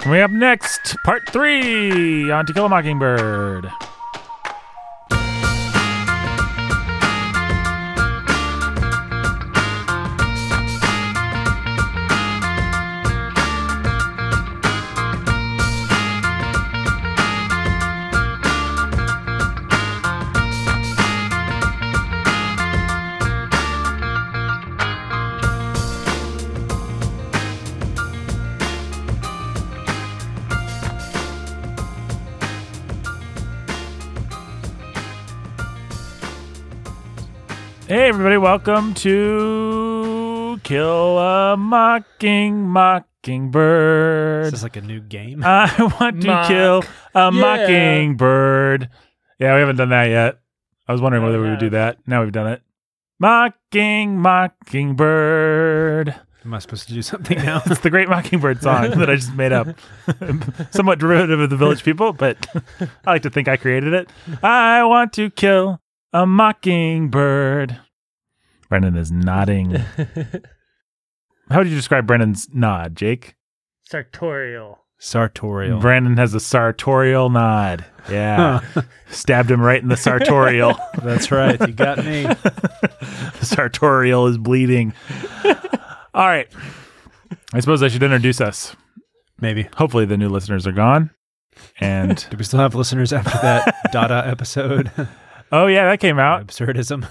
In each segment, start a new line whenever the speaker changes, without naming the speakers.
Coming up next, part three on To Kill a Mockingbird. Hey, everybody, welcome to Kill a Mocking
Is
Mockingbird.
this like a new game?
I want to
Mock.
kill a
Yeah.
mockingbird. Yeah, we haven't done that yet. I was wondering
No,
whether
we
we would do
haven't.
that. Now we've done it. Mocking Mockingbird.
Am I supposed to do something now?
It's the Great Mockingbird song that I just made up. Somewhat derivative of the Village People, but I like to think I created it. I want to kill a mockingbird. Brendan is nodding. How would you describe Brendan's nod, Jake?
Sartorial.
Sartorial.
Brandon has a sartorial nod. Yeah. Stabbed him right in the sartorial.
That's right. You got me.
the sartorial is bleeding. All right. I suppose I should introduce us.
Maybe.
Hopefully, the new listeners are gone. And
Do we still have listeners after that Dada episode?
oh, yeah, that came out.
Absurdism.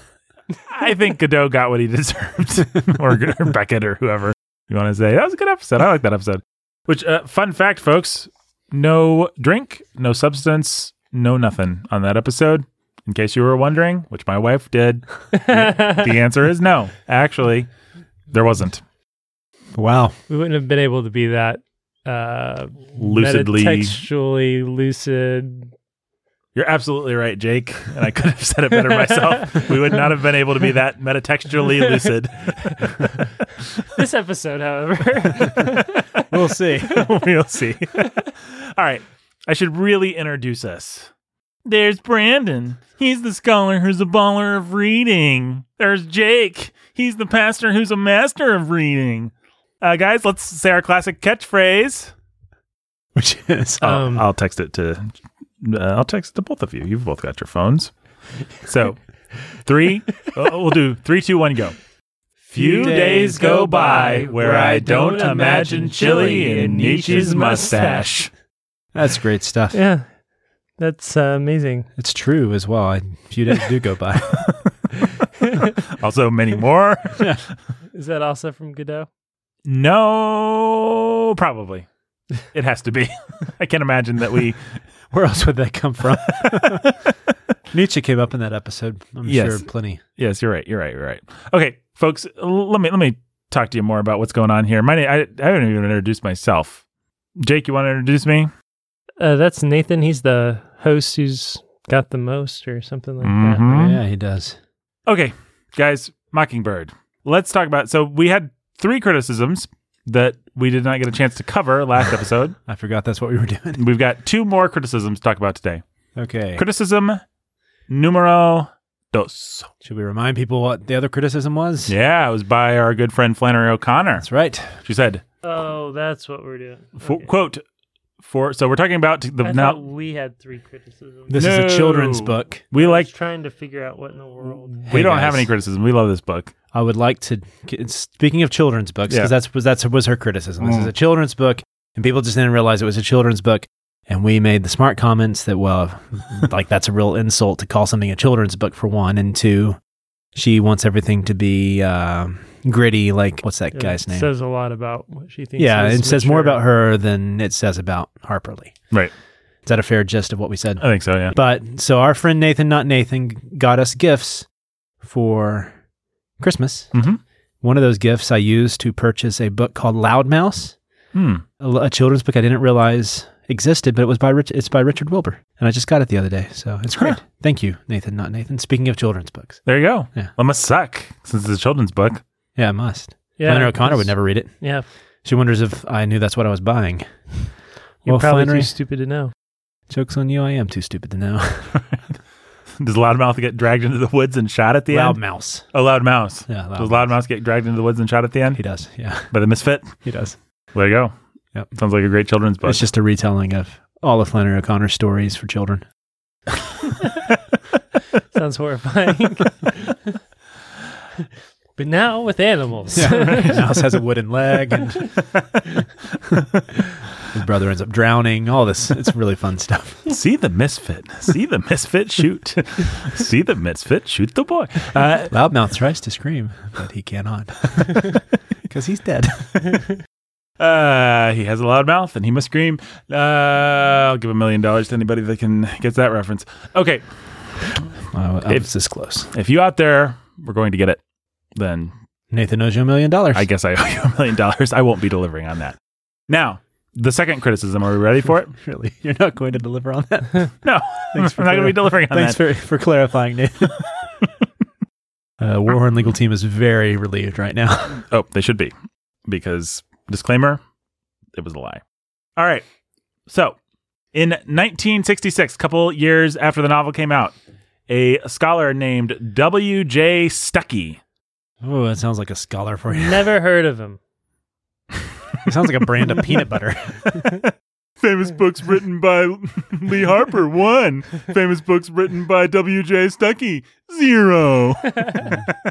I think Godot got what he deserved, or, or Beckett, or whoever you want to say. That was a good episode. I like that episode. Which, uh, fun fact, folks no drink, no substance, no nothing on that episode. In case you were wondering, which my wife did, the answer is no. Actually, there wasn't.
Wow.
we wouldn't have been able to be that uh
Lucidly.
textually lucid
You're absolutely right, Jake. And I could have said it better myself. We would not have been able to be that metatextually lucid.
this episode however
We'll see.
we'll see. All right. I should really introduce us. There's Brandon. He's the scholar who's a baller of reading. There's Jake. He's the pastor who's a master of reading. Uh, guys, let's say our classic catchphrase.
Which is
Um,
I'll text it to. Uh, I'll text it to both of you. You've both got your phones. So, three. uh, we'll do three, two, one, go. Few days go by where I don't imagine chili in Nietzsche's mustache.
That's great stuff.
yeah that's uh, amazing
It's true as well. A few days do go by.
also many more.
is that also from godot
no, probably. It has to be. I can't imagine that we.
Where else would that come from? Nietzsche came up in that episode. I'm
Yes.
sure plenty.
yes, you're right. You're right. You're right. Okay, folks, l- let me let me talk to you more about what's going on here. My name. I, I haven't even introduced myself. Jake, you want to introduce me?
uh that's nathan he's the host who's got the most or something like that
Mhm.
Yeah, he does.
Okay, guys, Mockingbird. Let's talk about. So we had three criticisms that we did not get a chance to cover last episode.
I forgot that's what we were doing.
We've got two more criticisms to talk about today.
Okay.
Criticism numero dos.
Should we remind people what the other criticism was?
Yeah, it was by our good friend Flannery O'Connor.
That's right.
She said,
oh that's what we're doing
for,
Okay.
"Quote for so we're talking about the
I
now
thought we had three criticisms
This is
No.
a children's book.
we
I
like
was trying to figure out what in the world
we
Hey,
don't
guys.
have any criticism. We love this book.
I would like to. Speaking of children's books,
Yeah.
because that's was that's was her criticism. This
Mm.
is a children's book, and people just didn't realize it was a children's book. And we made the smart comments that well, like that's a real insult to call something a children's book for one, and two, she wants everything to be um gritty. Like what's that
Yeah,
guy's
it
name?
says a lot about what she thinks.
yeah,
is
it says more
mature.
about her than it says about Harper Lee.
Right.
Is that a fair gist of what we said?
I think so. Yeah.
But so our friend Nathan, not Nathan, got us gifts for Christmas.
Mhm.
One of those gifts I used to purchase a book called Loudmouse,
Hmm.
a, l- a children's book I didn't realize existed, but it was by Rich, it's by Richard Wilbur, and I just got it the other day, so it's great.
Huh.
Thank you, Nathan, not Nathan. Speaking of children's books,
There you go.
Yeah.
Well, it must suck since it's a children's book.
yeah, I must. Flannery O'Connor would
that's-
never read it.
Yeah,
She wonders if I knew that's what I was buying.
you're
well,
probably
Flannery,
too stupid to know.
jokes on you. I am too stupid to know.
Does Loudmouth get dragged into the woods and shot at the end?
Loudmouse.
Oh, Loudmouse.
Yeah,
Does Loudmouth get dragged into the woods and shot at the
He
end
does. Yeah,
by the misfit?
he does.
There you go.
Yep.
Sounds like a great children's book.
It's just a retelling of all of Flannery O'Connor's stories for children.
Sounds horrifying. but now with animals.
His house has a wooden leg, and his brother ends up drowning. All this, it's really fun stuff.
See the misfit. See the misfit shoot. See the misfit shoot the boy. Uh,
Loudmouth tries to scream, but he cannot because he's dead.
uh, he has a loud mouth and he must scream. Uh, I'll give a million dollars to anybody that can gets that reference. Okay,
Uh, I
If-
was this close.
if you out there were going to get it, then
Nathan owes you a million dollars.
I guess I owe you a million dollars. I won't be delivering on that. Now, the second criticism. Are we ready for it?
really, you're not going to deliver on that.
No,
Thanks for
I'm not going to
clearing-
be delivering on
Thanks
that.
for, for clarifying, Nathan. uh, Warhorn legal team is very relieved right now.
Oh, they should be because disclaimer, it was a lie. All right. So, in 1966, couple years after the novel came out, a scholar named W.J. Stuckey.
Oh, that sounds like a scholar for you.
Never heard of him.
It sounds like a brand of peanut butter.
Famous books written by Lee Harper, one. Famous books written by W.J. Stuckey, zero. All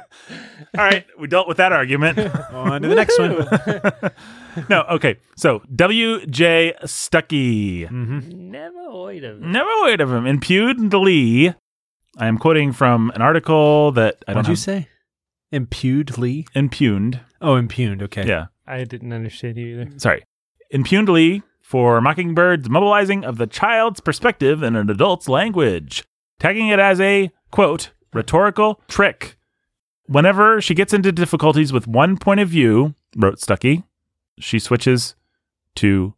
right, we dealt with that argument.
On to the next one.
no, okay. So W.J. Stuckey.
Mm-hmm.
Never heard of him.
Never heard of him. Impugned Lee. I am quoting from an article that I don't
What'd you
have-
say? Impugned Lee?
Impugned.
Oh, impugned. Okay.
Yeah.
I didn't understand you either.
Sorry. Impugned Lee for Mockingbird's mobilizing of the child's perspective in an adult's language, tagging it as a, quote, rhetorical trick. Whenever she gets into difficulties with one point of view, wrote Stuckey, she switches to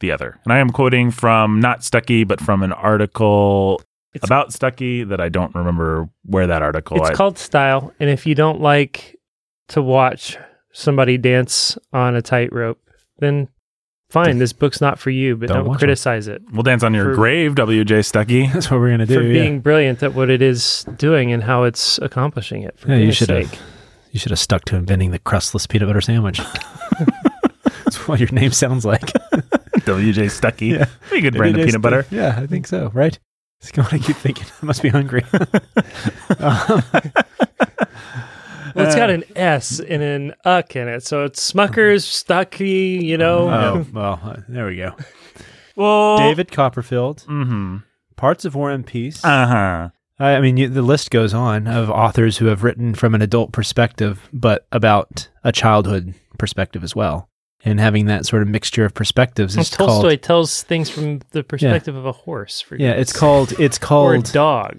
the other. And I am quoting from not Stuckey, but from an article
It's-
about Stuckey that I don't remember where that article
it's
I-
called style, and if you don't like to watch somebody dance on a tightrope, then fine, this book's not for you. But
Don't
don't,
watch it.
criticize it.
We'll dance on your
for-
grave, W.J. Stuckey.
That's what we're going to do.
for
yeah.
being brilliant at what it is doing and how it's accomplishing it. For
Yeah, you
goodness
should have.
sake.
you should have stuck to inventing the crustless peanut butter sandwich. That's what your name sounds like.
W.J. Stuckey.
Yeah.
Pretty good brand of
It is
peanut butter.
the- yeah, I think so, right? It's going to keep thinking. I must be hungry. Um,
Well, it's
Uh,
got an S and an uck in it, so it's Smucker's Stucky. You know,
oh, well, uh, there we go.
Well,
David Copperfield,
Mm-hmm.
parts of War and Peace.
Uh huh.
I I mean, you, the list goes on of authors who have written from an adult perspective, but about a childhood perspective as well. And having that sort of mixture of perspectives
And
is
Tolstoy
called.
tells things from the perspective of a horse. For
Yeah,
goodness
it's called. It's
or a
called.
dog.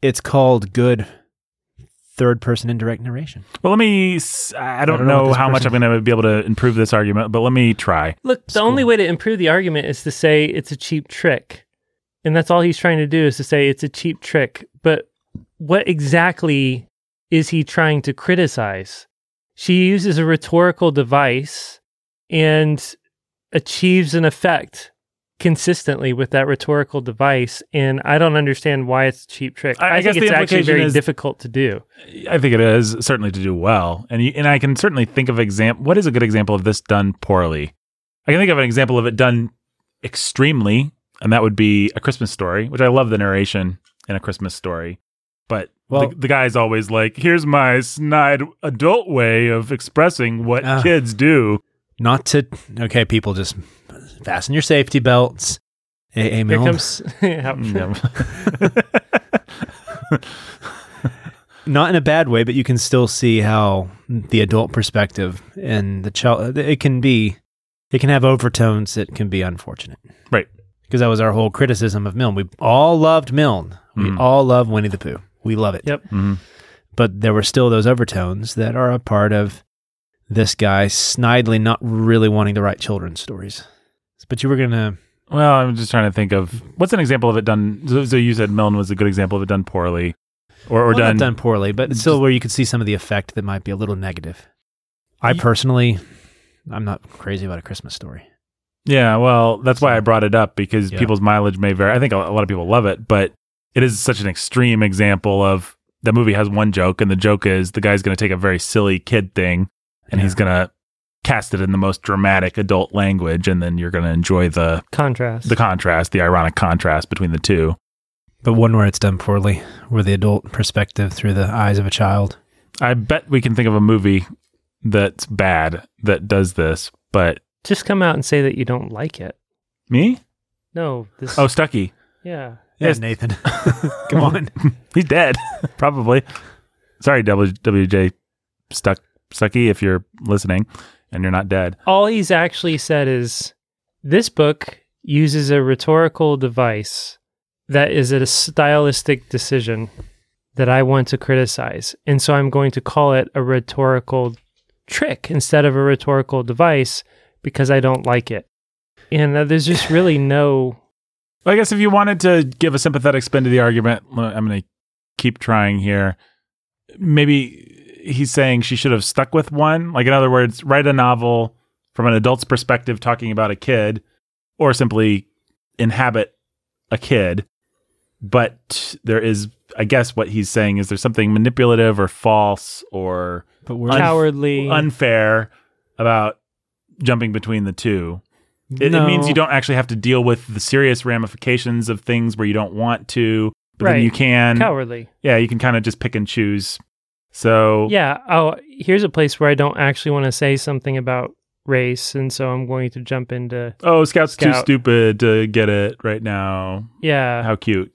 It's called good third person indirect narration.
Well, let me. s- I don't,
don't know
know,
what this
how much I'm
person-
going to be able to improve this argument, but let me try.
Look, the
School.
only way to improve the argument is to say it's a cheap trick. And that's all he's trying to do is to say it's a cheap trick. But what exactly is he trying to criticize? She uses a rhetorical device and achieves an effect consistently with that rhetorical device. And I don't understand why it's a cheap trick.
I- I
think
guess the
it's actually
implication
very
is-
difficult to do.
I think it is certainly to do well, and you, and I can certainly think of example. What is a good example of this done poorly? I can think of an example of it done extremely, and that would be a Christmas story, which I love the narration in a Christmas story. But
Well-
the, the guy's always like, "Here's my snide adult way of expressing what
Ah.
kids do."
Not to. Okay, people, just fasten your safety belts. A-
Here
Amen.
comes.
No.
not in a bad way, but you can still see how the adult perspective and the child it can be it can have overtones that can be unfortunate.
Right.
Because that was our whole criticism of Milne. We all loved Milne. We
Mm.
all love Winnie the Pooh. We love it.
Yep.
Mhm.
But there were still those overtones that are a part of this guy snidely not really wanting to write children's stories. But you were gonna
Well, I'm just trying to think of what's an example of it done. So, so you said Milne was a good example of it done poorly, or or
well, not
done.
done poorly, but it's still where you could see some of the effect that might be a little negative. I personally, I'm not crazy about a Christmas story.
Yeah, well, that's why I brought it up because
Yeah.
people's mileage may vary. I think a, a lot of people love it, but it is such an extreme example of the movie has one joke, and the joke is the guy's going to take a very silly kid thing, and
Yeah.
he's going to cast it in the most dramatic adult language, and then you're going to enjoy the
Contrast.
the contrast, the ironic contrast between the two.
But one where it's done poorly, where the adult perspective through the eyes of a child.
I bet we can think of a movie that's bad that does this, but
Just come out and say that you don't like it.
me?
No. This,
Oh, Stucky.
yeah.
Yes.
Nathan. Come on.
He's dead, probably. Sorry, W- WJ Stuck Stucky, if you're listening and you're not dead.
All he's actually said is this book uses a rhetorical device that is a stylistic decision that I want to criticize. And so I'm going to call it a rhetorical trick instead of a rhetorical device because I don't like it. And uh, there's just really no
Well, I guess if you wanted to give a sympathetic spin to the argument, well, I'm going to keep trying here. Maybe he's saying she should have stuck with one. Like, in other words, write a novel from an adult's perspective talking about a kid, or simply inhabit a kid. But there is, I guess, what he's saying is there's something manipulative or false or
But we're
cowardly.
unfair about jumping between the two. It, it means
No.
you don't actually have to deal with the serious ramifications of things where you don't want to, but then
Right.
you can.
cowardly.
Yeah, you can kind of just pick and choose. So
Yeah. Oh, here's a place where I don't actually want to say something about race. And so I'm going to jump into,
oh, Scout's too
Scout.
stupid to get it right now.
yeah.
How cute!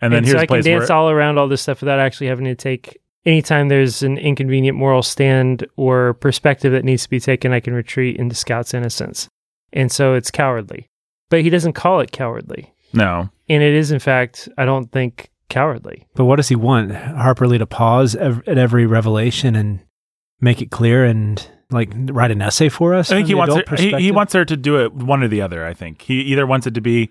And then
so
here's
I
a place
can dance
where
all around all this stuff without actually having to take. Anytime there's an inconvenient moral stand or perspective that needs to be taken, I can retreat into Scout's innocence. And so it's cowardly. But he doesn't call it cowardly.
no,
And it is, in fact, I don't think cowardly.
But what does he want? Harper Lee to pause ev- at every revelation and make it clear and like write an essay for us?
I think
from
he
the
wants
adult
her, he, he
perspective?
wants her to do it one or the other. I think he either wants it to be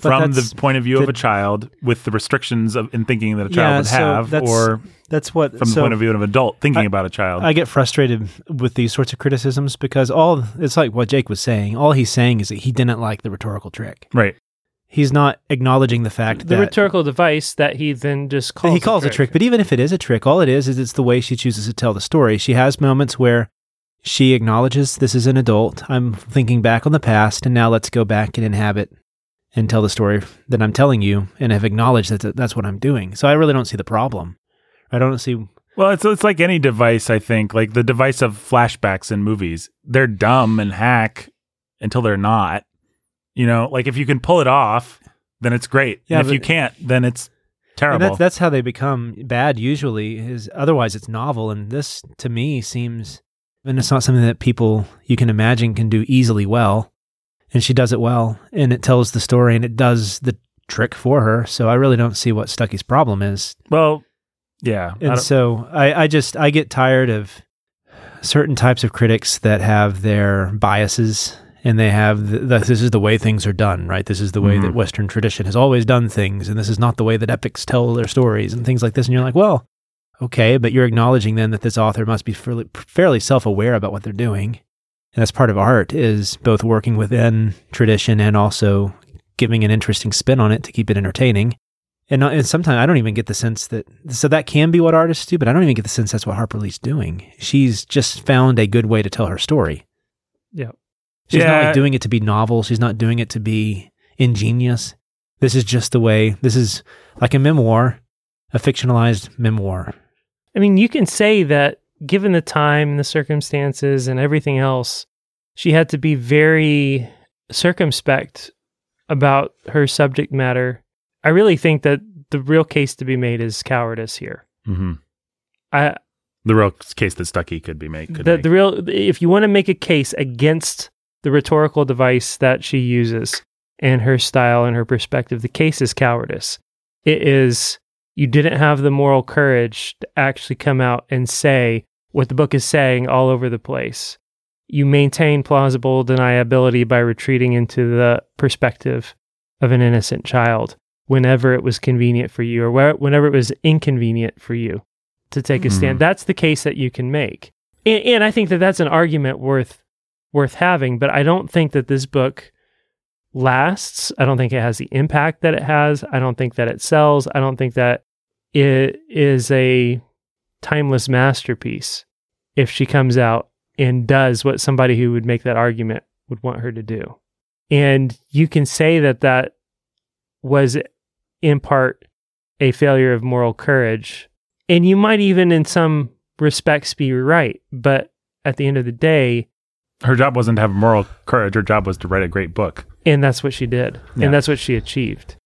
But
from
that's
the point of view of
the-
a child with the restrictions of in thinking that a child
Yeah,
would
so
have,
that's-
or
That's what
from the
so
point of view of an adult thinking
I-
about a child.
I get frustrated with these sorts of criticisms because all it's like what Jake was saying. All he's saying is that he didn't like the rhetorical trick.
right.
He's not acknowledging the fact
The
that
rhetorical device that he then just calls
he calls a trick. But even if it is a trick, all it is is it's the way she chooses to tell the story. She has moments where she acknowledges this is an adult. I'm thinking back on the past, and now let's go back and inhabit and tell the story that I'm telling you, and have acknowledged that that's what I'm doing. So I really don't see the problem. I don't see.
Well, it's it's like any device. I think like the device of flashbacks in movies. They're dumb and hack until they're not. You know, like if you can pull it off, then it's great.
Yeah,
and if
but-
you can't, then it's
and
terrible.
That's, that's how they become bad. Usually, is otherwise it's novel, and this to me seems, and it's not something that people you can imagine can do easily well. And she does it well, and it tells the story, and it does the trick for her. So I really don't see what Stucky's problem is.
well, yeah. I
And
don't-
so I, I just I get tired of certain types of critics that have their biases. And they have the, the, this is the way things are done, right? This is the way
Mhm.
that Western tradition has always done things, and this is not the way that epics tell their stories and things like this. And you're like, well, okay, but you're acknowledging then that this author must be fairly, fairly self-aware about what they're doing, and that's part of art is both working within tradition and also giving an interesting spin on it to keep it entertaining. And, not- and sometimes I don't even get the sense that so that can be what artists do, but I don't even get the sense that's what Harper Lee's doing. She's just found a good way to tell her story.
Yeah.
she's not
Yeah.
like doing it to be novel. She's not doing it to be ingenious. This is just the way. This is like a memoir, a fictionalized memoir.
I mean, you can say that given the time and the circumstances and everything else, she had to be very circumspect about her subject matter. I really think that the real case to be made is cowardice here.
Mhm.
I
the real case that Stucky could be made. Could
the,
make.
the real if you want to make a case against the rhetorical device that she uses and her style and her perspective, the case is cowardice. It is you didn't have the moral courage to actually come out and say what the book is saying all over the place. You maintain plausible deniability by retreating into the perspective of an innocent child whenever it was convenient for you or where, whenever it was inconvenient for you to take a stand.
Mhm.
That's the case that you can make. And, and I think that that's an argument worth worth having, but I don't think that this book lasts. I don't think it has the impact that it has. I don't think that it sells. I don't think that it is a timeless masterpiece if she comes out and does what somebody who would make that argument would want her to do. And you can say that that was in part a failure of moral courage. And you might even, in some respects, be right. But at the end of the day,
Her job wasn't to have moral courage. Her job was to write a great book.
and that's what she did,
Yeah.
and that's what she achieved.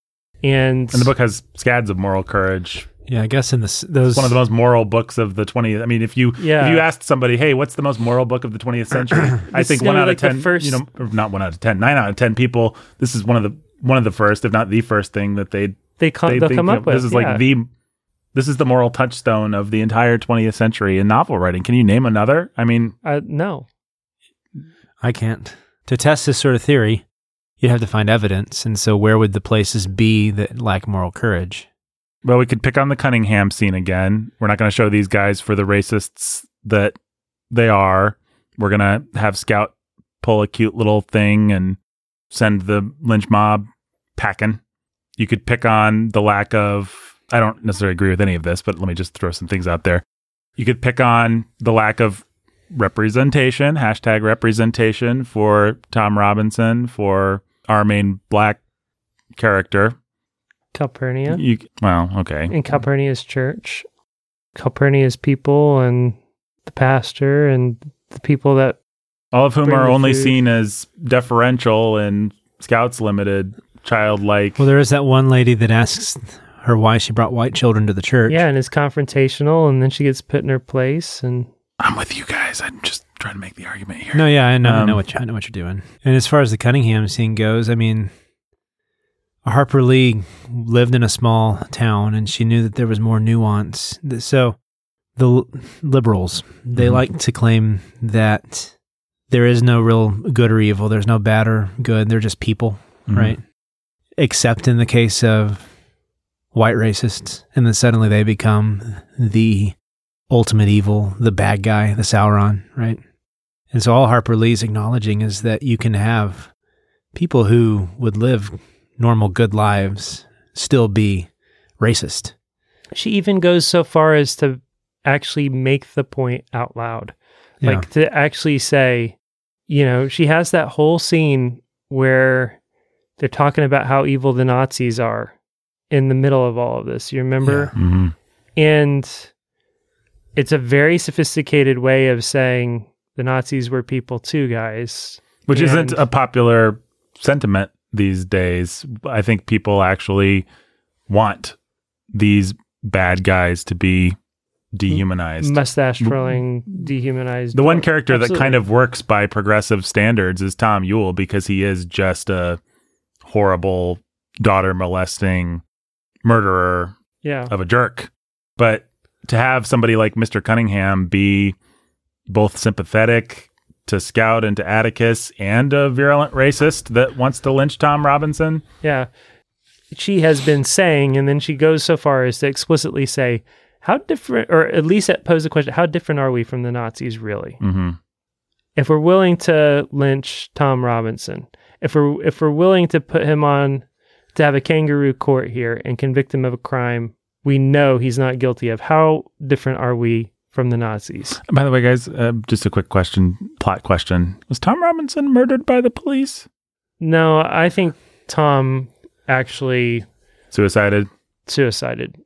And,
And the book has scads of moral courage.
Yeah, I guess in this those
It's one of the most moral books of the 20th. I mean, if you
Yeah.
if you asked somebody, hey, what's the most moral book of the 20th century? I
This is
think
gonna
one
be
out
like
of
the
10,
first-
you know, or not one out of 10, nine out of 10 people. This is one of the one of the first, if not the first thing that they
they come,
they
they'll
think
come up
that
with
this is
yeah.
like the this is the moral touchstone of the entire 20th century in novel writing. Can you name another? I mean,
uh, no,
I can't. To test this sort of theory, you'd have to find evidence, and so where would the places be that lack moral courage?
Well, we could pick on the Cunningham scene again. We're not going to show these guys for the racists that they are. We're going to have Scout pull a cute little thing and send the lynch mob packing. You could pick on the lack of, I don't necessarily agree with any of this, but let me just throw some things out there. You could pick on the lack of representation, hashtag representation for Tom Robinson, for our main black character.
Calpurnia
You, well, okay.
and Calpurnia's church, Calpurnia's people, and the pastor and the people that
All of whom
Bring
are
the
only
food.
seen as deferential and Scouts Limited, childlike.
Well, there is that one lady that asks her why she brought white children to the church.
yeah, and is confrontational, and then she gets put in her place, and
I'm with you guys. I'm just trying to make the argument here.
No, yeah, I know, I know
Um,
what you, I know what you're doing. And as far as the Cunningham scene goes, I mean, Harper Lee lived in a small town, and she knew that there was more nuance. Th- So the l- liberals they
Mhm.
like to claim that there is no real good or evil. There's no bad or good. They're just people.
Mm-hmm.
right? Mm-hmm. Except in the case of white racists, and then suddenly they become the ultimate evil, the bad guy, the Sauron, right? And so all Harper Lee's acknowledging is that you can have people who would live normal, good lives still be racist.
she even goes so far as to actually make the point out loud.
Yeah.
like to actually say you know she has that whole scene where they're talking about how evil the nazis are in the middle of all of this you remember
hmm
and it's a very sophisticated way of saying the nazis were people too guys
Which isn't
And-
a popular sentiment these days. I think people actually want these bad guys to be dehumanized.
mustache twirling dehumanized
the one character that
Mm-hmm. Absolutely.
kind of works by progressive standards is Tom Yule because he is just a horrible daughter molesting murderer
yeah
of a jerk. But to have somebody like Mr. Cunningham be both sympathetic to Scout and to Atticus and a virulent racist that wants to lynch Tom Robinson,
yeah she has been saying and then she goes so far as to explicitly say how different or at least pose the question how different are we from the nazis really
mm-hmm.
if we're willing to lynch Tom Robinson, if we're if we're willing to put him on to have a kangaroo court here and convict him of a crime we know he's not guilty of, how different are we from the Nazis?
By the way, guys, uh, just a quick question, plot question. Was Tom Robinson murdered by the police?
No, I think Tom actually
Suicided?
suicided.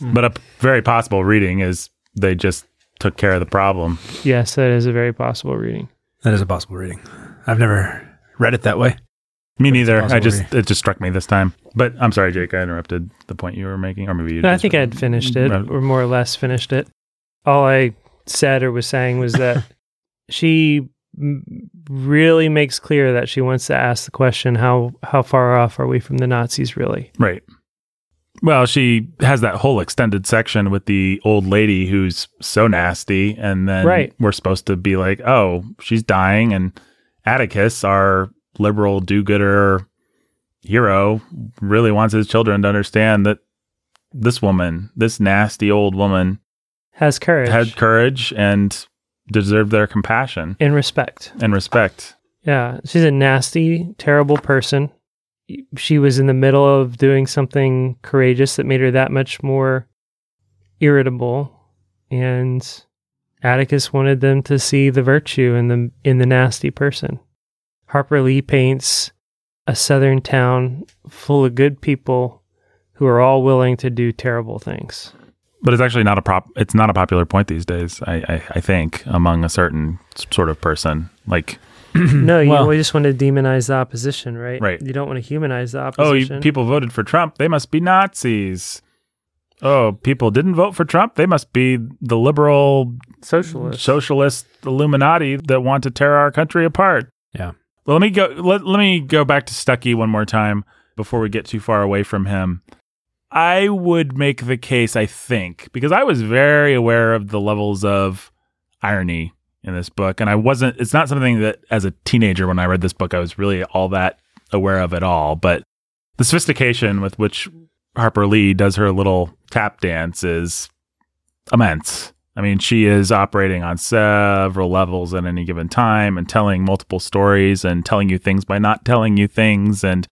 But a p- very possible reading is they just took care of the problem.
Yes, that is a very possible reading.
that is a possible reading. I've never read it that way.
Me
That's
neither.
possible
I just
reading.
it just struck me this time. But I'm sorry, Jake. I interrupted the point you were making, or maybe you.
No, I
just-
think I had finished it,
Right.
or more or less finished it. All I said or was saying was that she m- really makes clear that she wants to ask the question how how far off are we from the Nazis really?
Right. Well, she has that whole extended section with the old lady who's so nasty, and then
Right.
we're supposed to be like, "Oh, she's dying," and Atticus, our liberal do-gooder hero, really wants his children to understand that this woman, this nasty old woman,
Has courage
had courage and deserved their compassion
and respect.
and respect.
Yeah, she's a nasty, terrible person. She was in the middle of doing something courageous that made her that much more irritable and Atticus wanted them to see the virtue in the in the nasty person. Harper Lee paints a southern town full of good people who are all willing to do terrible things.
but it's actually not a prop. It's not a popular point these days. I I, I think among a certain s- sort of person, like
no, you
Well-
we just want to demonize the opposition, right?
Right.
You don't want to humanize the
oh, you,
opposition.
people voted for Trump, they must be Nazis. Oh, people didn't vote for Trump, they must be the liberal
socialists.
socialist Illuminati that want to tear our country apart.
Yeah.
Well, let me go. Let, let me go back to Stuckey one more time before we get too far away from him. I would make the case, I think, because I was very aware of the levels of irony in this book, and I wasn't. It's not something that, as a teenager, when I read this book, I was really all that aware of at all. But the sophistication with which Harper Lee does her little tap dance is immense. I mean, she is operating on several levels at any given time and telling multiple stories and telling you things by not telling you things and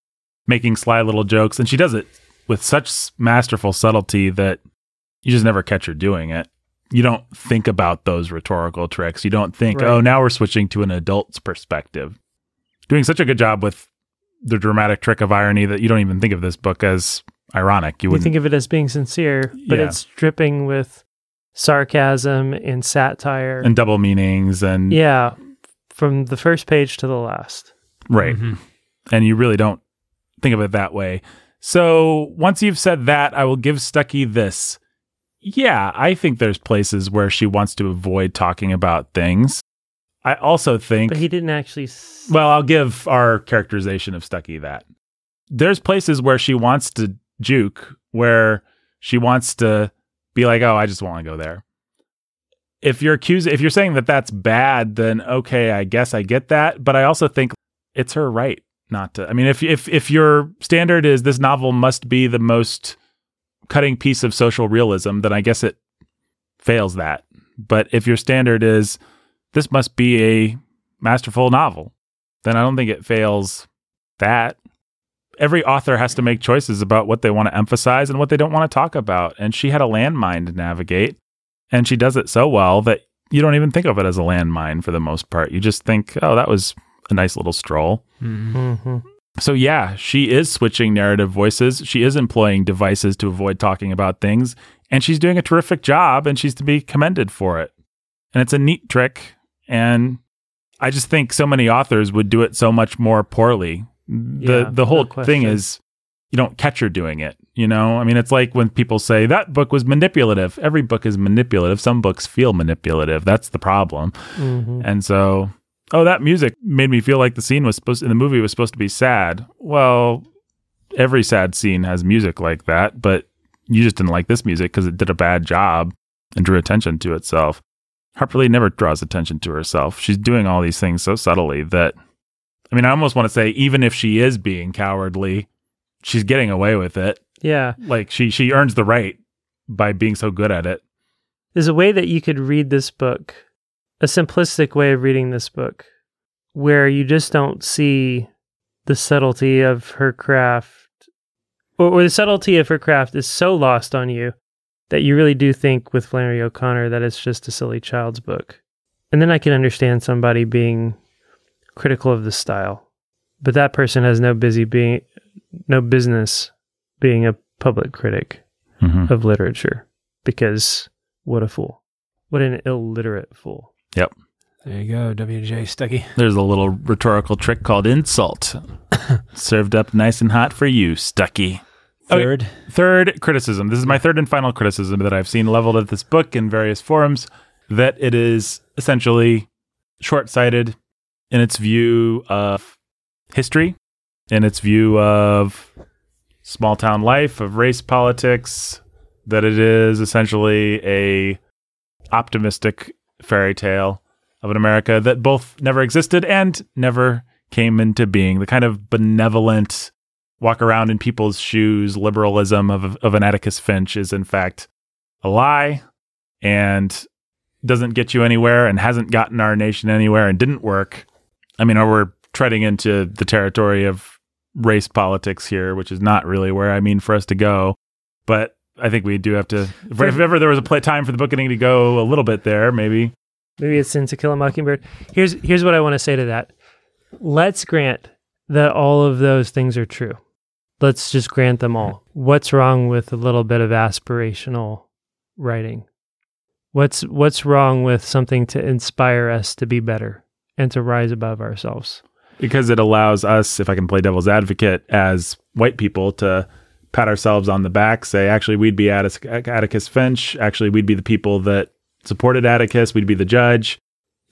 making sly little jokes. And she does it with such s- masterful subtlety that you just never catch her doing it. You don't think about those rhetorical tricks. You don't think,
Right.
oh, now we're switching to an adult's perspective. Doing such a good job with the dramatic trick of irony that you don't even think of this book as ironic. You
You
wouldn't
think of it as being sincere, but
Yeah.
it's dripping with sarcasm and satire.
and double meanings and
yeah, from the first page to the last.
right. and you really don't think of it that way. So once you've said that, I will give Stucky this. Yeah, I think there's places where she wants to avoid talking about things. I also think
But he didn't actually. s-
well, I'll give our characterization of Stucky that. There's places where she wants to juke, where she wants to be like, "Oh, I just want to go there." If you're accusing, if you're saying that that's bad, then okay, I guess I get that. But I also think it's her right not to. I mean, if if if your standard is this novel must be the most cutting piece of social realism, then I guess it fails that. But if your standard is this must be a masterful novel, then I don't think it fails that. Every author has to make choices about what they want to emphasize and what they don't want to talk about. And she had a landmine to navigate, and she does it so well that you don't even think of it as a landmine for the most part. You just think, oh, that was a nice little stroll.
Mhm.
Mhm.
So, yeah, she is switching narrative voices. She is employing devices to avoid talking about things. And she's doing a terrific job and she's to be commended for it. And it's a neat trick. And I just think so many authors would do it so much more poorly. The,
Yeah,
the whole
no
thing
question.
is you don't catch her doing it. You know, I mean, it's like when people say that book was manipulative. Every book is manipulative. Some books feel manipulative. That's the problem.
Mhm.
And so, oh, that music made me feel like the scene was supposed in the movie was supposed to be sad. Well, every sad scene has music like that, but you just didn't like this music because it did a bad job and drew attention to itself. Harper Lee never draws attention to herself. She's doing all these things so subtly that I mean, I almost want to say even if she is being cowardly, she's getting away with it.
Yeah.
Like she she earns the right by being so good at it.
There's a way that you could read this book, a simplistic way of reading this book, where you just don't see the subtlety of her craft, or, or the subtlety of her craft is so lost on you that you really do think with Flannery O'Connor that it's just a silly child's book. And then I can understand somebody being critical of the style, but that person has no busy being, no business being a public critic of literature because what a fool. What an illiterate fool.
There you go, WJ Stucky.
There's a little rhetorical trick called insult. Served up nice and hot for you, Stucky. Okay.
Third,
Third criticism. This is my third and final criticism that I've seen leveled at this book in various forums that it is essentially short sighted in its view of history, in its view of small town life, of race politics, that it is essentially a optimistic fairy tale of an America that both never existed and never came into being. The kind of benevolent walk around in people's shoes liberalism of of an Atticus Finch is in fact a lie and doesn't get you anywhere and hasn't gotten our nation anywhere and didn't work. I mean, or we're treading into the territory of race politics here, which is not really where I mean for us to go. But I think we do have to. If, if ever there was a play, time for the book getting to go a little bit there, maybe
Maybe it's in To Kill a Mockingbird. Here's here's what I want to say to that. Let's grant that all of those things are true. Let's just grant them all. What's wrong with a little bit of aspirational writing? What's what's wrong with something to inspire us to be better and to rise above ourselves?
because it allows us, if I can play devil's advocate, as white people to pat ourselves on the back, say, actually, we'd be Attis- Atticus Finch. Actually, we'd be the people that supported Atticus. We'd be the judge.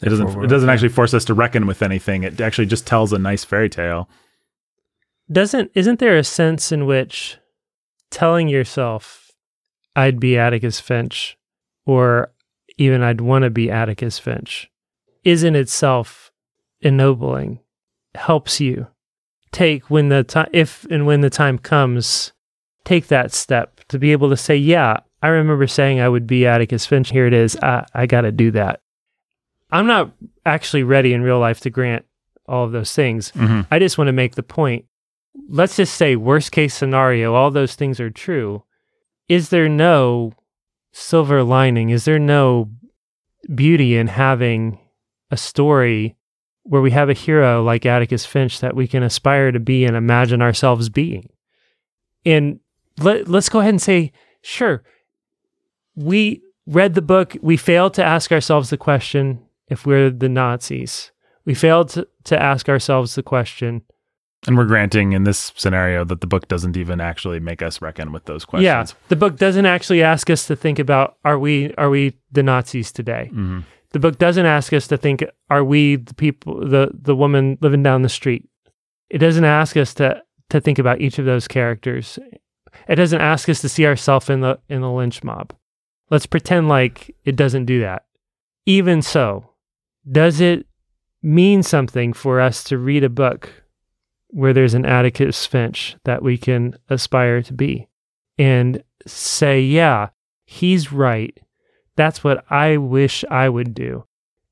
It doesn't.
Forward,
It doesn't
yeah.
actually force us to reckon with anything. It actually just tells a nice fairy tale.
Doesn't isn't there a sense in which telling yourself I'd be Atticus Finch or even I'd want to be Atticus Finch is in itself ennobling, helps you take when the time, if and when the time comes, take that step to be able to say, yeah, I remember saying I would be Atticus Finch. Here it is. I, I got to do that. I'm not actually ready in real life to grant all of those things.
Mhm.
I just want to make the point. Let's just say, worst case scenario, all those things are true. Is there no silver lining? Is there no beauty in having a story where we have a hero like Atticus Finch that we can aspire to be and imagine ourselves being? And let, let's go ahead and say, sure, we read the book, we failed to ask ourselves the question if we're the Nazis. We failed to, to ask ourselves the question
And we're granting in this scenario that the book doesn't even actually make us reckon with those questions.
Yeah, the book doesn't actually ask us to think about are we are we the Nazis today.
Mhm.
The book doesn't ask us to think are we the people the the woman living down the street. It doesn't ask us to to think about each of those characters. It doesn't ask us to see ourselves in the in the lynch mob. Let's pretend like it doesn't do that. Even so, does it mean something for us to read a book where there's an Atticus Finch that we can aspire to be? and say, yeah, he's right. That's what I wish I would do.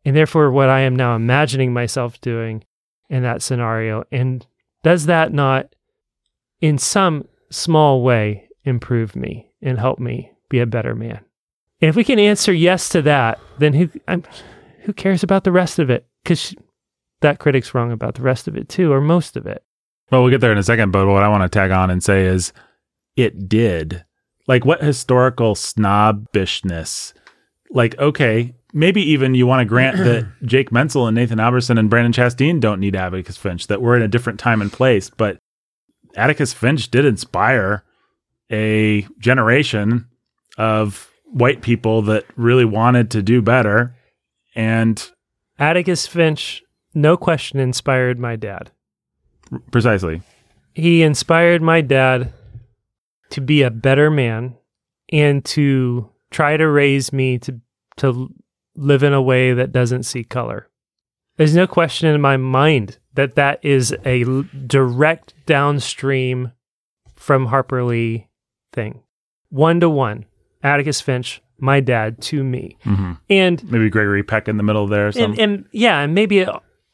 And therefore, what I am now imagining myself doing in that scenario. And does that not, in some small way, improve me and help me be a better man? And if we can answer yes to that, then who I'm, who cares about the rest of it? Because that critic's wrong about the rest of it too, or most of it.
Well, we'll get there in a second, but what I want to tag on and say is it did. Like, what historical snobbishness? Like, okay, maybe even you want to grant that Jake Menzel and Nathan Alberson and Brandon Chastain don't need Atticus Finch, that we're in a different time and place, but Atticus Finch did inspire a generation of white people that really wanted to do better. And
Atticus Finch, no question, inspired my dad.
precisely,
he inspired my dad to be a better man and to try to raise me to to live in a way that doesn't see color. There's no question in my mind that that is a l- direct downstream from Harper Lee thing. One to one, Atticus Finch, my dad to me.
Mhm.
And
maybe Gregory Peck in the middle there. Some,
and, and yeah, and maybe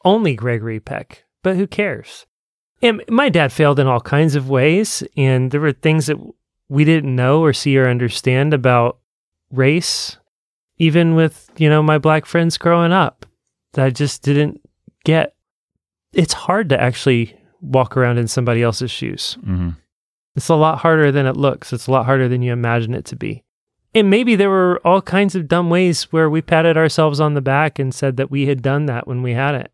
only Gregory Peck, but who cares? And my dad failed in all kinds of ways, and there were things that we didn't know or see or understand about race, even with you know my black friends growing up, that I just didn't get. It's hard to actually walk around in somebody else's shoes.
Mhm.
It's a lot harder than it looks. It's a lot harder than you imagine it to be. And maybe there were all kinds of dumb ways where we patted ourselves on the back and said that we had done that when we hadn't.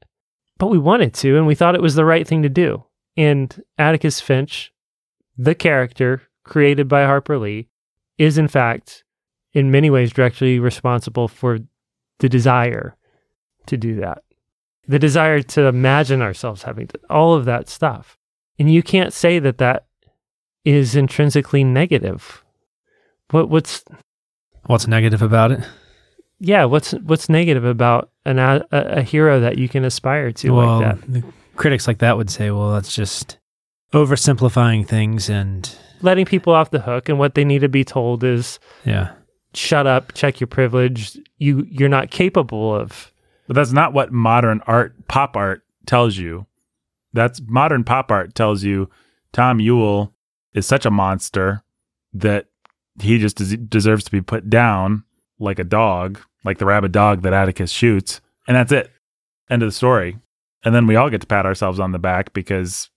But we wanted to, and we thought it was the right thing to do. And Atticus Finch, the character created by Harper Lee, is in fact, in many ways, directly responsible for the desire to do that. The desire to imagine ourselves having to, all of that stuff. And you can't say that that is intrinsically negative. What what's
What's negative about it?
yeah what's what's negative about an a, a hero that you can aspire to
well,
like that?
the critics like that would say, well, that's just oversimplifying things, and
Letting people off the hook and what they need to be told is
yeah,
shut up, check your privilege. You you're not capable of.
But that's not what modern art, pop art, tells you. That's modern pop art tells you Tom Ewell is such a monster that he just des- deserves to be put down. like a dog, like the rabid dog that Atticus shoots, and that's it. End of the story. And then we all get to pat ourselves on the back because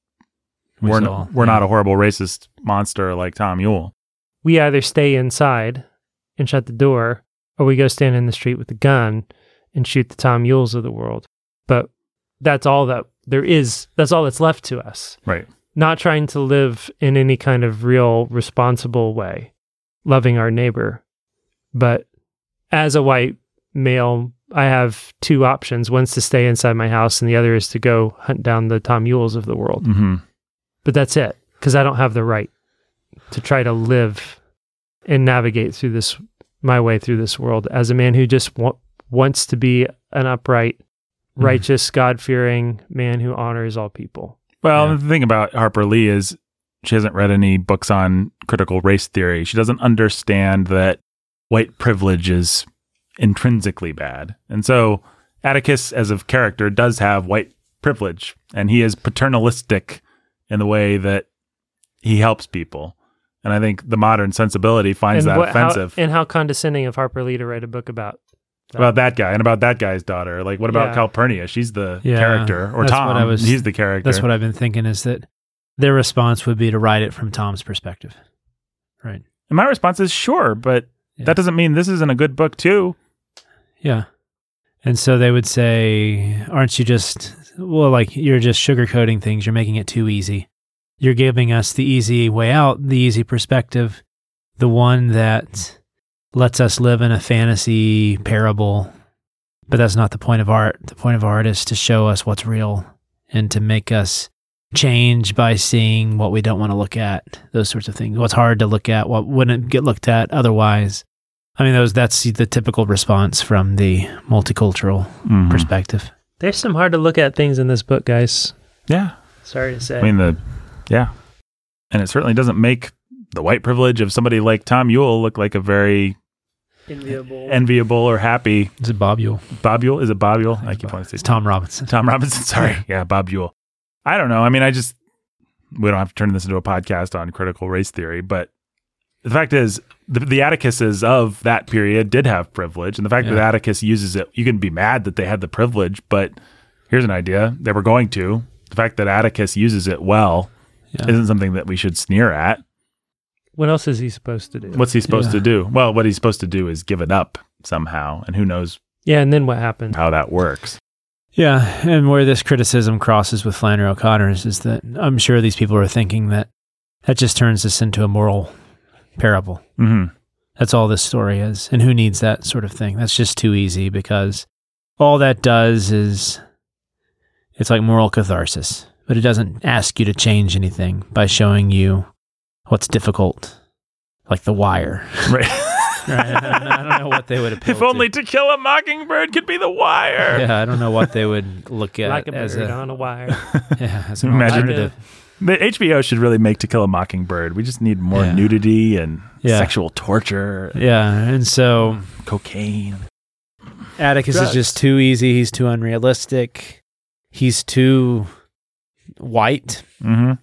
We
we are
saw,
we're
yeah.
not a horrible racist monster like Tom Yule.
we either stay inside and shut the door, or we go stand in the street with a gun and shoot the Tom Yules of the world. But that's all that there is. That's all that's left to us.
Right.
Not trying to live in any kind of real responsible way, loving our neighbor. But as a white male, I have two options. One's to stay inside my house, and the other is to go hunt down the Tom Yules of the world
Mm-hmm.
but that's it because I don't have the right to try to live and navigate through this my way through this world as a man who just wa- wants to be an upright,
Mm.
righteous, God-fearing man who honors all people.
Well,
Yeah.
the thing about Harper Lee is she hasn't read any books on critical race theory. She doesn't understand that white privilege is intrinsically bad. And so Atticus, as of character, does have white privilege, and he is paternalistic in the way that he helps people. And I think the modern sensibility finds that
what- how-
offensive.
and how condescending of Harper Lee to write a book about.
about that guy and about that guy's daughter. Like, what about
Yeah.
Calpurnia? She's the
Yeah,
character, or
that's
Tom?
what I was-
he's the character.
That's what I've been thinking is that their response would be to write it from Tom's perspective. Right.
And my response is sure, but
Yeah.
that doesn't mean this isn't a good book too.
Yeah. And so they would say, aren't you just, well, like you're just sugarcoating things. You're making it too easy. You're giving us the easy way out, the easy perspective, the one that lets us live in a fantasy parable. But that's not the point of art. The point of art is to show us what's real and to make us change by seeing what we don't want to look at, those sorts of things. What's hard to look at, what wouldn't get looked at otherwise. I mean, those that's the typical response from the multicultural perspective.
There's some hard to look at things in this book, guys.
Yeah,
Sorry to say.
I mean the yeah, and it certainly doesn't make the white privilege of somebody like Tom Yule look like a very
Enviable.
enviable or happy
Is it Bob Yule?
Bob Yule. Is it Bob Yule? I
It's
keep
Bob-
wanting to
It's
say
Tom Robinson.
Tom Robinson. Sorry, yeah, Bob Yule. I don't know. I mean, I just we don't have to turn this into a podcast on critical race theory, but the fact is, the, the Atticuses of that period did have privilege, and the fact that
Yeah.
Atticus uses it, you can be mad that they had the privilege, but here's an idea they were going to. The fact that Atticus uses it well
Yeah.
isn't something that we should sneer at.
what else is he supposed to do?
What's he supposed
Yeah.
to do? Well, what he's supposed to do is give it up somehow, and who knows
yeah, and then what happened?
how that works.
Yeah, and where this criticism crosses with Flannery O'Connor's is that I'm sure these people are thinking that that just turns this into a moral parable.
hmm
That's all this story is. And who needs that sort of thing? That's just too easy because all that does is it's like moral catharsis, but it doesn't ask you to change anything by showing you what's difficult, like the wire.
Right.
I, don't know, I don't know what they would appeal
if only
to.
to kill a mockingbird could be the wire.
yeah, I don't know what they would look at
like a
as
bird on a wire.
yeah, as an
Imagine-
alternative.
The HBO should really make To Kill a Mockingbird. We just need more
Yeah.
nudity and
Yeah.
sexual torture,
Yeah, and so
cocaine.
Atticus
Drugs.
is just too easy. He's too unrealistic. He's too white.
Mm-hmm. Well,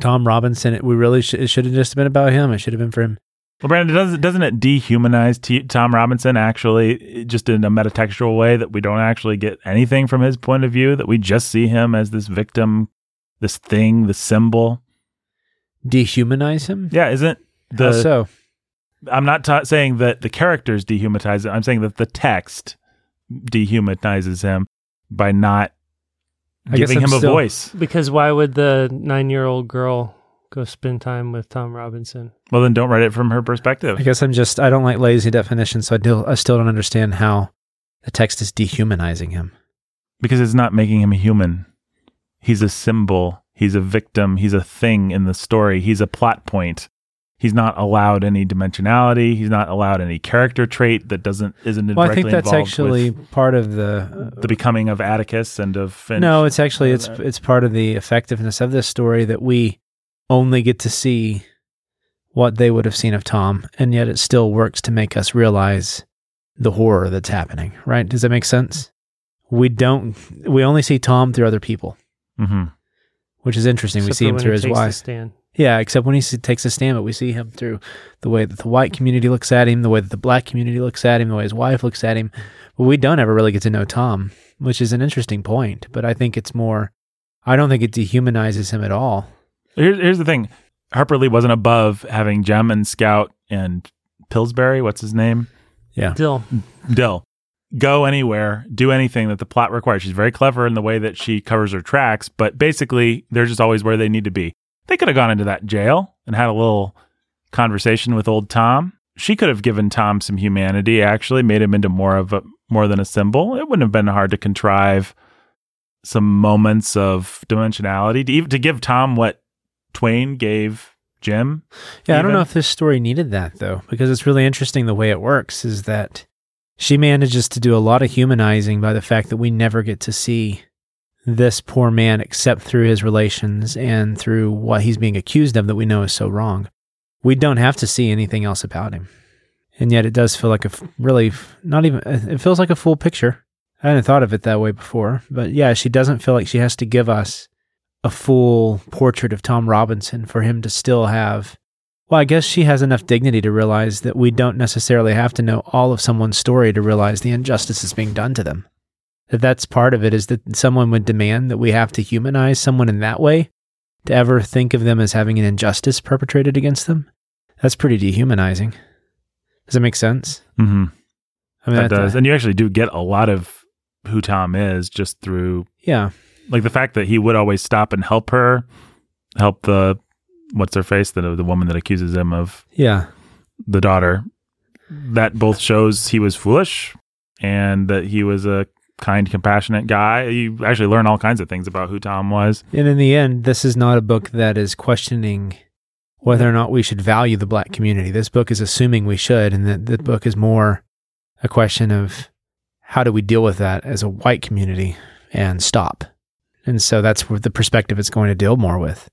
Tom Robinson. It, we really sh- it should have just been about him. It should have been for him.
Brandon, doesn't doesn't it dehumanize T- Tom Robinson actually, just in a metatextual way that we don't actually get anything from his point of view? That we just see him as this victim, this thing, the symbol.
Dehumanize him.
Yeah, isn't
How
the?
Uh, so
I'm not ta- saying that the characters dehumanize him. I'm saying that the text dehumanizes him by not
I guess
giving
I'm
him
still-
a voice.
Because why would the nine year old girl go spend time with Tom Robinson?
Well, then don't write it from her
I
perspective.
guess I'm just I don't like lazy definitions, so I do, I still don't understand how the text is dehumanizing him.
Because it's not making him a human. He's a symbol. He's a victim. He's a thing in the story. He's a plot point. He's not allowed any dimensionality. He's not allowed any character trait that doesn't isn't
Well,
directly
I think that's
involved
actually
with
part of the. uh,
the becoming of Atticus and of Finch.
no, it's actually it's
Uh,
it's part of the effectiveness of this story that we only get to see what they would have seen of Tom, and yet it still works to make us realize the horror that's happening. Right? Does that make sense? We don't. We only see Tom through other people.
Mhm.
which is interesting. we
Except
see
for
him
when
through
he
his
takes the
wife.
stand.
Yeah, except when he s- takes a stand, but we see him through the way that the white community looks at him, the way that the black community looks at him, the way his wife looks at him. But we don't ever really get to know Tom, which is an interesting point. But I think it's more, I don't think it dehumanizes him at all.
Here's here's the thing. Harper Lee wasn't above having Jem and Scout and Pillsbury, what's his name?
Yeah.
Dill.
Dill. Go anywhere, do anything that the plot requires. She's very clever in the way that she covers her tracks, but basically they're just always where they need to be. They could have gone into that jail and had a little conversation with old Tom. She could have given Tom some humanity, actually, made him into more of a more than a symbol. It wouldn't have been hard to contrive some moments of dimensionality to even to give Tom what Twain gave Jim.
Yeah, I don't
Even-
know if this story needed that though, because it's really interesting the way it works is that she manages to do a lot of humanizing by the fact that we never get to see this poor man except through his relations and through what he's being accused of that we know is so wrong. We don't have to see anything else about him. And yet it does feel like a f- really f- not even uh, it feels like a full picture. I hadn't thought of it that way before, but yeah, she doesn't feel like she has to give us a full portrait of Tom Robinson for him to still have well, I guess she has enough dignity to realize that we don't necessarily have to know all of someone's story to realize the injustice is being done to them. That that's part of it is that someone would demand that we have to humanize someone in that way to ever think of them as having an injustice perpetrated against them. That's pretty dehumanizing. Does that make sense?
Mm-hmm.
I mean,
that
that's-
does. and you actually do get a lot of who Tom is just through
yeah,
like the fact that he would always stop and help her, help the what's her face, the the woman that accuses him of
yeah,
the daughter. That both shows he was foolish and that he was a kind, compassionate guy. You actually learn all kinds of things about who Tom was.
And in the end, this is not a book that is questioning whether or not we should value the black community. This book is assuming we should, and that the book is more a question of how do we deal with that as a white community and stop. And so that's where the perspective it's going to deal more with.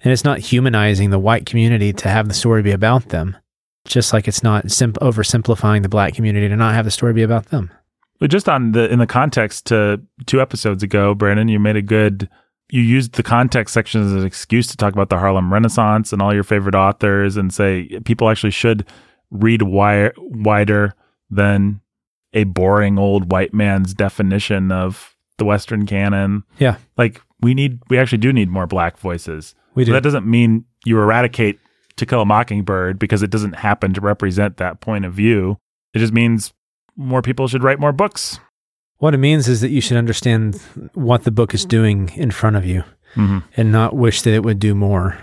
And it's not humanizing the white community to have the story be about them, just like it's not simp- oversimplifying the black community to not have the story be about them.
But just on the in the context to two episodes ago, Brandon, you made a good you used the context section as an excuse to talk about the Harlem Renaissance and all your favorite authors and say people actually should read wi- wider than a boring old white man's definition of the western canon.
Yeah.
Like we need we actually do need more black voices.
We
So
do.
that doesn't mean you eradicate To Kill a Mockingbird because it doesn't happen to represent that point of view. It just means more people should write more books.
What it means is that you should understand what the book is doing in front of you.
Mm-hmm.
and not wish that it would do more.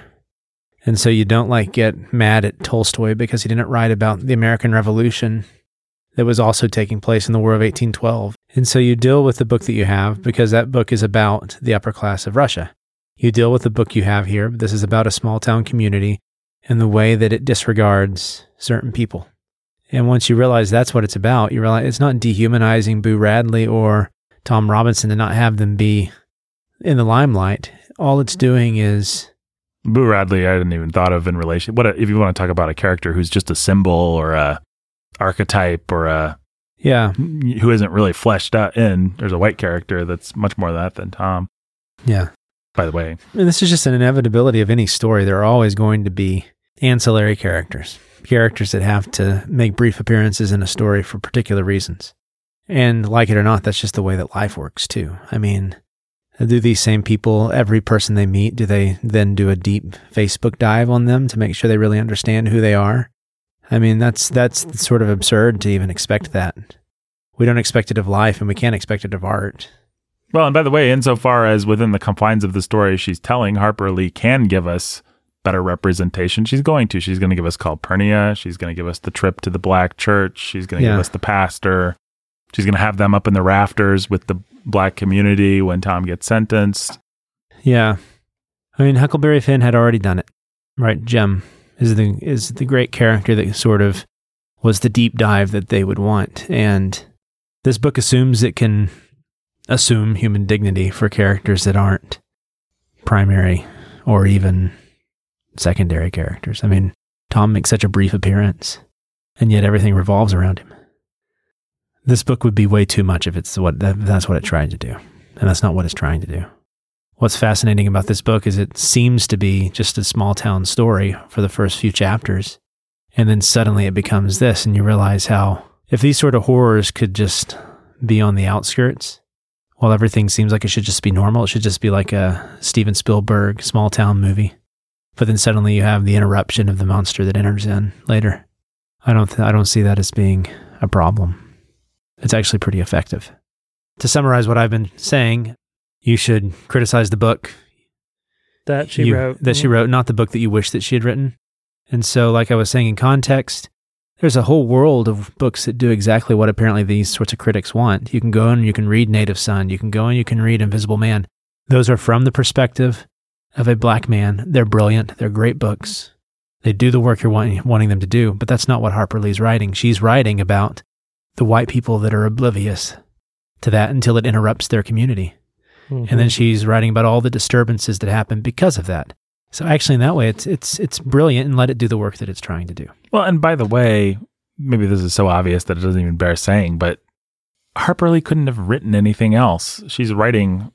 And so you don't like get mad at Tolstoy because he didn't write about the American Revolution that was also taking place in the War of 1812. And so you deal with the book that you have because that book is about the upper class of Russia. You deal with the book you have here. This is about a small town community and the way that it disregards certain people. And once you realize that's what it's about, you realize it's not dehumanizing Boo Radley or Tom Robinson to not have them be in the limelight. All it's doing is
Boo Radley, I didn't even thought of in relation. What a, if you want to talk about a character who's just a symbol or a archetype or a
yeah,
who isn't really fleshed out in? There's a white character that's much more of that than Tom.
yeah.
By the way,
And this is just an inevitability of any story. There are always going to be ancillary characters, characters that have to make brief appearances in a story for particular reasons. And like it or not, that's just the way that life works too. I mean, do these same people, every person they meet, do they then do a deep Facebook dive on them to make sure they really understand who they are? I mean, that's that's sort of absurd to even expect that. We don't expect it of life and we can't expect it of art.
well, and by the way, insofar as within the confines of the story she's telling, Harper Lee can give us better representation. She's going to. She's going to give us Calpurnia. She's going to give us the trip to the black church. She's going to
Yeah.
give us the pastor. She's going to have them up in the rafters with the black community when Tom gets sentenced.
Yeah. I mean Huckleberry Finn had already done it. Right, Jem is the is the great character that sort of was the deep dive that they would want. And this book assumes it can assume human dignity for characters that aren't primary or even secondary characters. I mean, Tom makes such a brief appearance and yet everything revolves around him. This book would be way too much if it's what that, that's what it tried to do. And that's not what it's trying to do what's fascinating about this book is it seems to be just a small town story for the first few chapters. And then suddenly it becomes this, and you realize how if these sort of horrors could just be on the outskirts, while everything seems like it should just be normal, it should just be like a Steven Spielberg small town movie. But then suddenly you have the interruption of the monster that enters in later. I don't, th- I don't see that as being a problem. It's actually pretty effective. To summarize what I've been saying, you should criticize the book
that she
you-
wrote. mm-hmm.
that she wrote, not the book that you wish that she had written. And so, like I was saying in context, there's a whole world of books that do exactly what apparently these sorts of critics want. You can go and you can read Native Son. You can go and you can read Invisible Man. Those are from the perspective of a black man. They're brilliant. They're great books. They do the work you're wanting, wanting them to do, but that's not what Harper Lee's writing. She's writing about the white people that are oblivious to that until it interrupts their community.
Mhm.
And then she's writing about all the disturbances that happen because of that. So actually, in that way, it's it's it's brilliant, and let it do the work that it's trying to do.
Well, and by the way, maybe this is so obvious that it doesn't even bear saying, but Harper Lee couldn't have written anything else. She's writing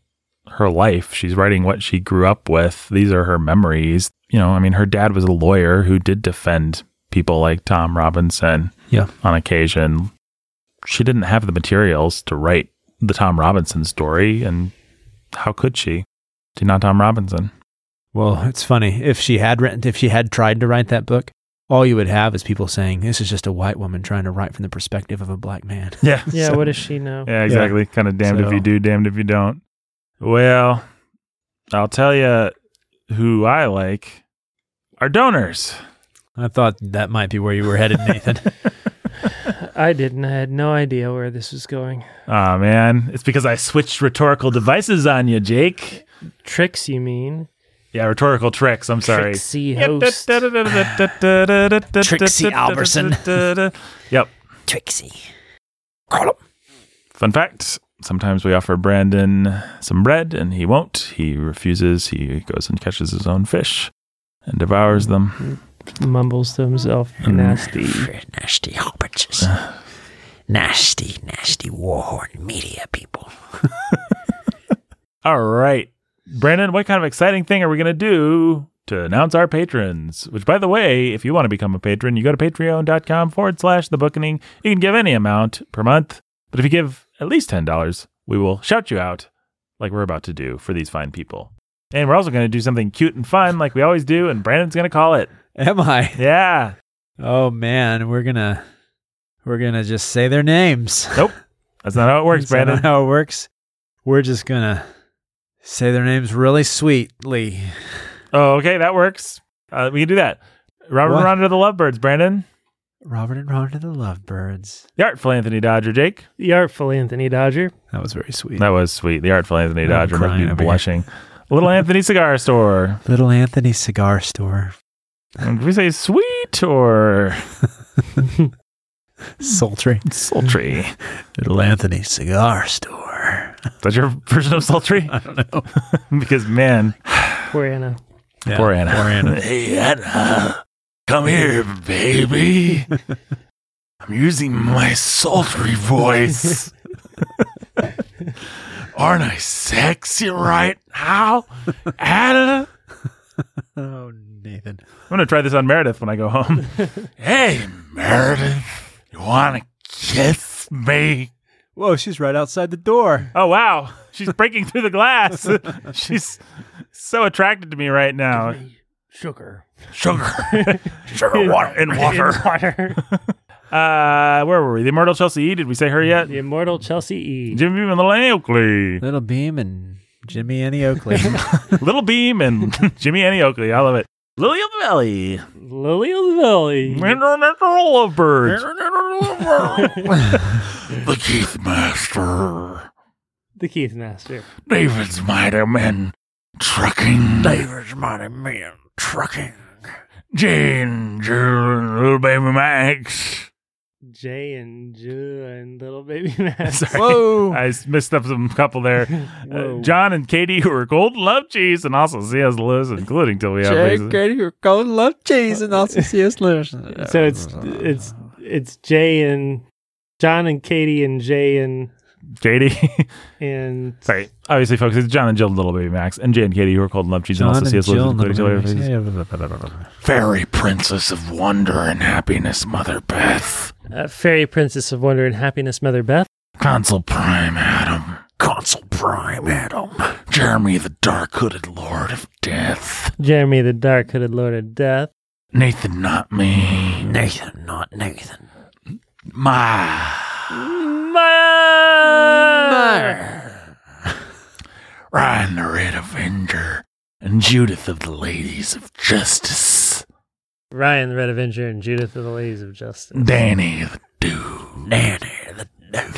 her life, she's writing what she grew up with. These are her memories. You know, I mean, her dad was a lawyer who did defend people like Tom Robinson
Yeah.
on occasion. She didn't have the materials to write the Tom Robinson story, and how could she? She's not Tom Robinson.
Well, it's funny if she had written, if she had tried to write that book, all you would have is people saying, "This is just a white woman trying to write from the perspective of a black man."
Yeah.
yeah,
so-
what does she know?
Yeah, exactly. Kind of damned if you
So-
do, damned if you don't. Well, I'll tell you who I like are donors.
I thought that might be where you were headed, Nathan.
I didn't. I had no idea where this was going.
Aw, man. It's because I switched rhetorical devices on you, Jake.
Tricks, you mean?
Yeah, rhetorical tricks. I'm sorry.
Tricksy host.
Trixie
Trixie Alberson.
Yep.
Trixie,
Fun fact sometimes we offer Brandon some bread and he won't. He refuses. He goes and catches his own fish and devours them.
Mumbles to himself.
Mm.
Nasty.
nasty hobbitses. nasty, nasty warhorn media people.
All right. Brandon, what kind of exciting thing are we going to do to announce our patrons? Which, by the way, if you want to become a patron, you go to patreon.com forward slash the bookening. You can give any amount per month, but if you give at least $10, we will shout you out like we're about to do for these fine people. And we're also going to do something cute and fun like we always do, and Brandon's going to call it.
am I?
Yeah.
Oh man, we're gonna we're gonna just say their names.
That's not how it works,
That's not
Brandon.
How it works? We're just gonna say their names really sweetly.
Oh, okay. That works. Uh, we can do that. Robert
What?
Ronda, the Lovebirds, Brandon.
Robert and Rhonda the Lovebirds.
The Artful Anthony Dodger, Jake.
The artful Anthony Dodger.
That was very sweet.
That was sweet. The artful Anthony
I'm
Dodger must
crying
be
over here.
blushing. Little Anthony Cigar Store.
Little Anthony Cigar Store.
Did we say sweet or
Sultry.
sultry? Is
Little Anthony Cigar Store.
that your version of sultry?
I don't know.
because man,
Poor Anna.
Yeah,
poor Anna.
Poor Anna.
hey Anna, come here, baby. I'm using my sultry voice. Aren't I sexy right now, Anna?
oh, Nathan.
I'm gonna try this on Meredith when I go home. hey, Meredith, you wanna kiss me?
Whoa, she's right outside the door.
Oh wow, she's breaking through the glass. she's so attracted to me right now.
Sugar.
Sugar, sugar, water, and
In water.
Uh, where were we? The immortal Chelsea E. Did we say her yet?
the immortal Chelsea E.
Jimmy Beam and Little Annie Oakley,
Little Beam and Jimmy Annie Oakley.
Little Beam and Jimmy Annie Oakley. I love it. Lily of the Valley,
Lily of the Valley.
International Lovebirds,
the Keith Master.
The Keith Master.
David's Mighty Men. Trucking. David's Mighty Men. Trucking. Jane, June, little baby Max.
Jay and Ju and Little Baby Master.
Sorry.
Whoa.
I s- missed up some couple there. Uh,
Whoa.
John and Katie, who are Golden Love Cheese, and also CS Lewis, including till we have faces.
your golden love cheese and also CS Lewis.
so it's it's it's Jay and John and Katie and Jay and
JD.
and
Sorry. Obviously, folks, it's John and Jill, and Little Baby Max, and Jay and Katie, who are called Love Cheese, and also see us live. including Little Baby Max.
Fairy princess of wonder and happiness, Mother Beth.
uh, Fairy Princess of Wonder and Happiness, Mother Beth.
Consul Prime Adam. Consul Prime Adam. Jeremy the Dark Hooded Lord of Death.
Jeremy the Dark Hooded Lord of Death.
Nathan, not me. Nathan, not Nathan. My. Ryan the Red Avenger. And Judith of the Ladies of Justice.
Ryan the Red Avenger and Judith of the Ladies of Justice.
Danny the Dude. Danny the Dude.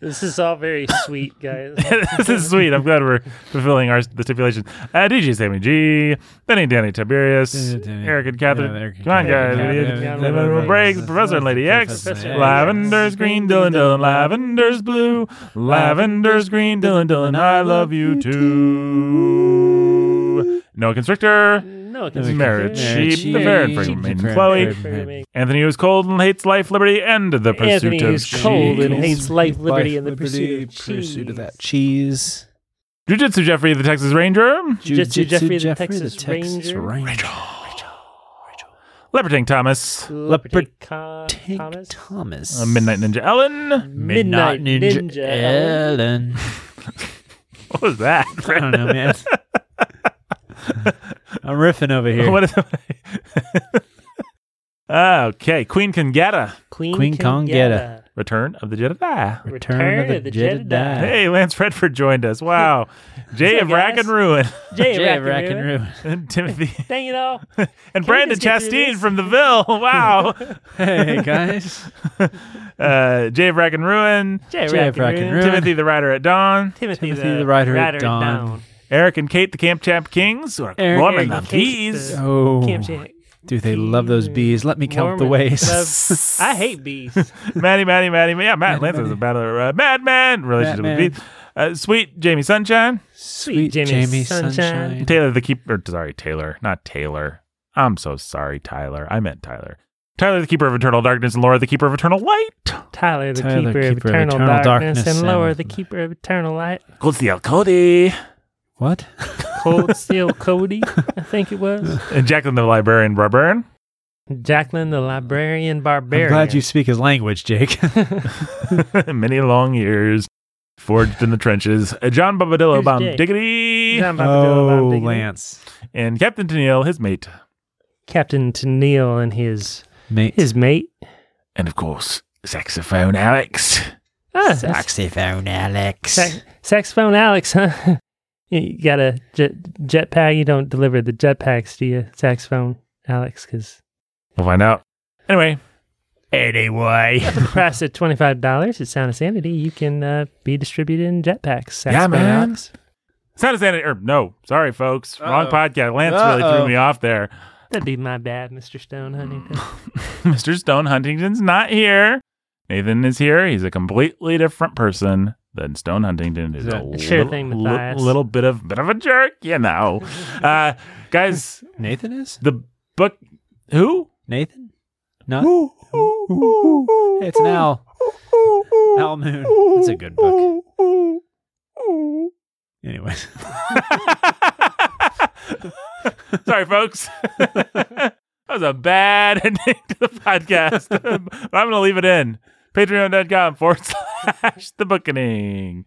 This is all very sweet, guys.
this is sweet. I'm glad we're fulfilling our the stipulation. Uh, DJ Sammy G, Benny Danny Tiberius, Eric and Catherine. Come on, guys.
Catherine.
we
Yeah,
need-
yeah,
we need
yeah,
a
yeah.
break. Professor and Lady X.
Professor
X.
Lavender's green, Dylan, Dylan. Lavender's blue. Lavender's green, Dylan, Dylan. I love you too. Noah Constrictor.
No, it
Noah
can
Married
Married
Sheep,
Sheep,
the Very
Sheep,
Pretty
the
Maiden
Very
Oh,
Chloe.
Pretty
Anthony who's cold and hates life, liberty, and the pursuit
Anthony
of
who's cold and
cheese.
hates life, liberty, and the pursuit of
pursuit
cheese.
of that cheese.
Jujitsu Jeffrey, the Texas Ranger.
Jujitsu
Jujitsu
Jeffrey, the Texas Ranger.
Ranger.
Leoparding Thomas.
Leopard
Leopard
Con-
Tank
Thomas.
Thomas.
Uh, Midnight Ninja Ellen.
Midnight Ninja Ellen.
Ellen.
What was that?
I don't know, man. I'm riffing over here.
What is okay, Queen Kangata.
Queen,
Queen Kong
Kangata.
Return of the Jedi.
Return,
Return
of
of
the,
the Jedi.
Jedi.
Hey, Lance Redford joined us. Wow. Jay
up,
of Rack
guys?
and Ruin.
Jay,
Jay
Rack
of Rack and
Ruin.
Ruin.
And Timothy.
Dang it all.
And
Can we
Brandon
just get through
Chastain
this?
from The Ville. Wow.
Hey, guys.
uh, Jay of Rack and Ruin.
Jay,
Jay
Rack,
Rack
and
and
Ruin.
Ruin.
Timothy the Rider at Dawn.
Timothy,
Timothy the Rider at Dawn.
Eric and Kate the Camp Champ Kings. Or
Eric-
Norman
Eric
the
and Kate
Bees.
the-
Oh,
Camp Champ.
do they love those bees? Let me count the
Mormon
ways.
love- I hate bees.
Maddie, Maddie, Maddie. Yeah, Matt Lance is a battle. Uh, Madman. Relationship
Madman.
with Bees. Uh, sweet Jamie Sunshine.
Sweet
Jamie
Jamie,
Sunshine.
Sunshine.
Taylor the Keeper. Sorry, Taylor, not Taylor. I'm so sorry, Tyler. I meant Tyler. Tyler the Keeper of Eternal Darkness and Laura the Keeper of Eternal Light.
Tyler, the
Tyler,
keeper, of
keeper of
eternal,
eternal
darkness,
darkness,
and Lower,
and-
the keeper of eternal light.
Goldsteel Cody.
What?
Cold Steel Cody, I think it was.
And Jacqueline the Librarian Barbarian.
Jacqueline, the librarian barbarian.
I'm glad you speak his language, Jake.
Many long years forged in the trenches. Uh, John Bobadillo
Who's
Bomb
Jake?
Diggity.
John Bobadilla,
oh,
Bob Diggity.
Lance.
And Captain Tennille, his mate.
Captain Tennille and his
Mate.
his mate.
And of course, Saxophone Alex.
Ah, that's-
saxophone, Alex.
sax- saxophone Alex, huh? You- You got a jet, jetpack. You don't deliver the jetpacks, do you, saxophone Alex? Because
We'll find out. Anyway,
Anyway.
for the price of twenty five dollars at Sound of Sanity, you can uh, be distributed in jetpacks. Saxophone
Yeah, man.
Alex.
Sound of Sanity. Or, no, sorry, folks. Wrong
Uh-oh.
podcast. Lance really threw
Uh-oh.
me off there.
That'd be my bad, Mr. Stone Huntington.
Mr. Stone Huntington's not here. Nathan is here. He's a completely different person than Stone Huntington. Is
Yeah.
a
Sure
little,
thing,
li-
Matthias.
little bit of bit of a jerk, you know. uh, guys,
Nathan is?
the book. Who?
Nathan? Not? Hey, it's an owl. Owl Moon. It's a good book. Anyways.
Sorry, folks. that was a bad ending to the podcast, but I'm going to leave it in. Patreon.com forward slash the bookening.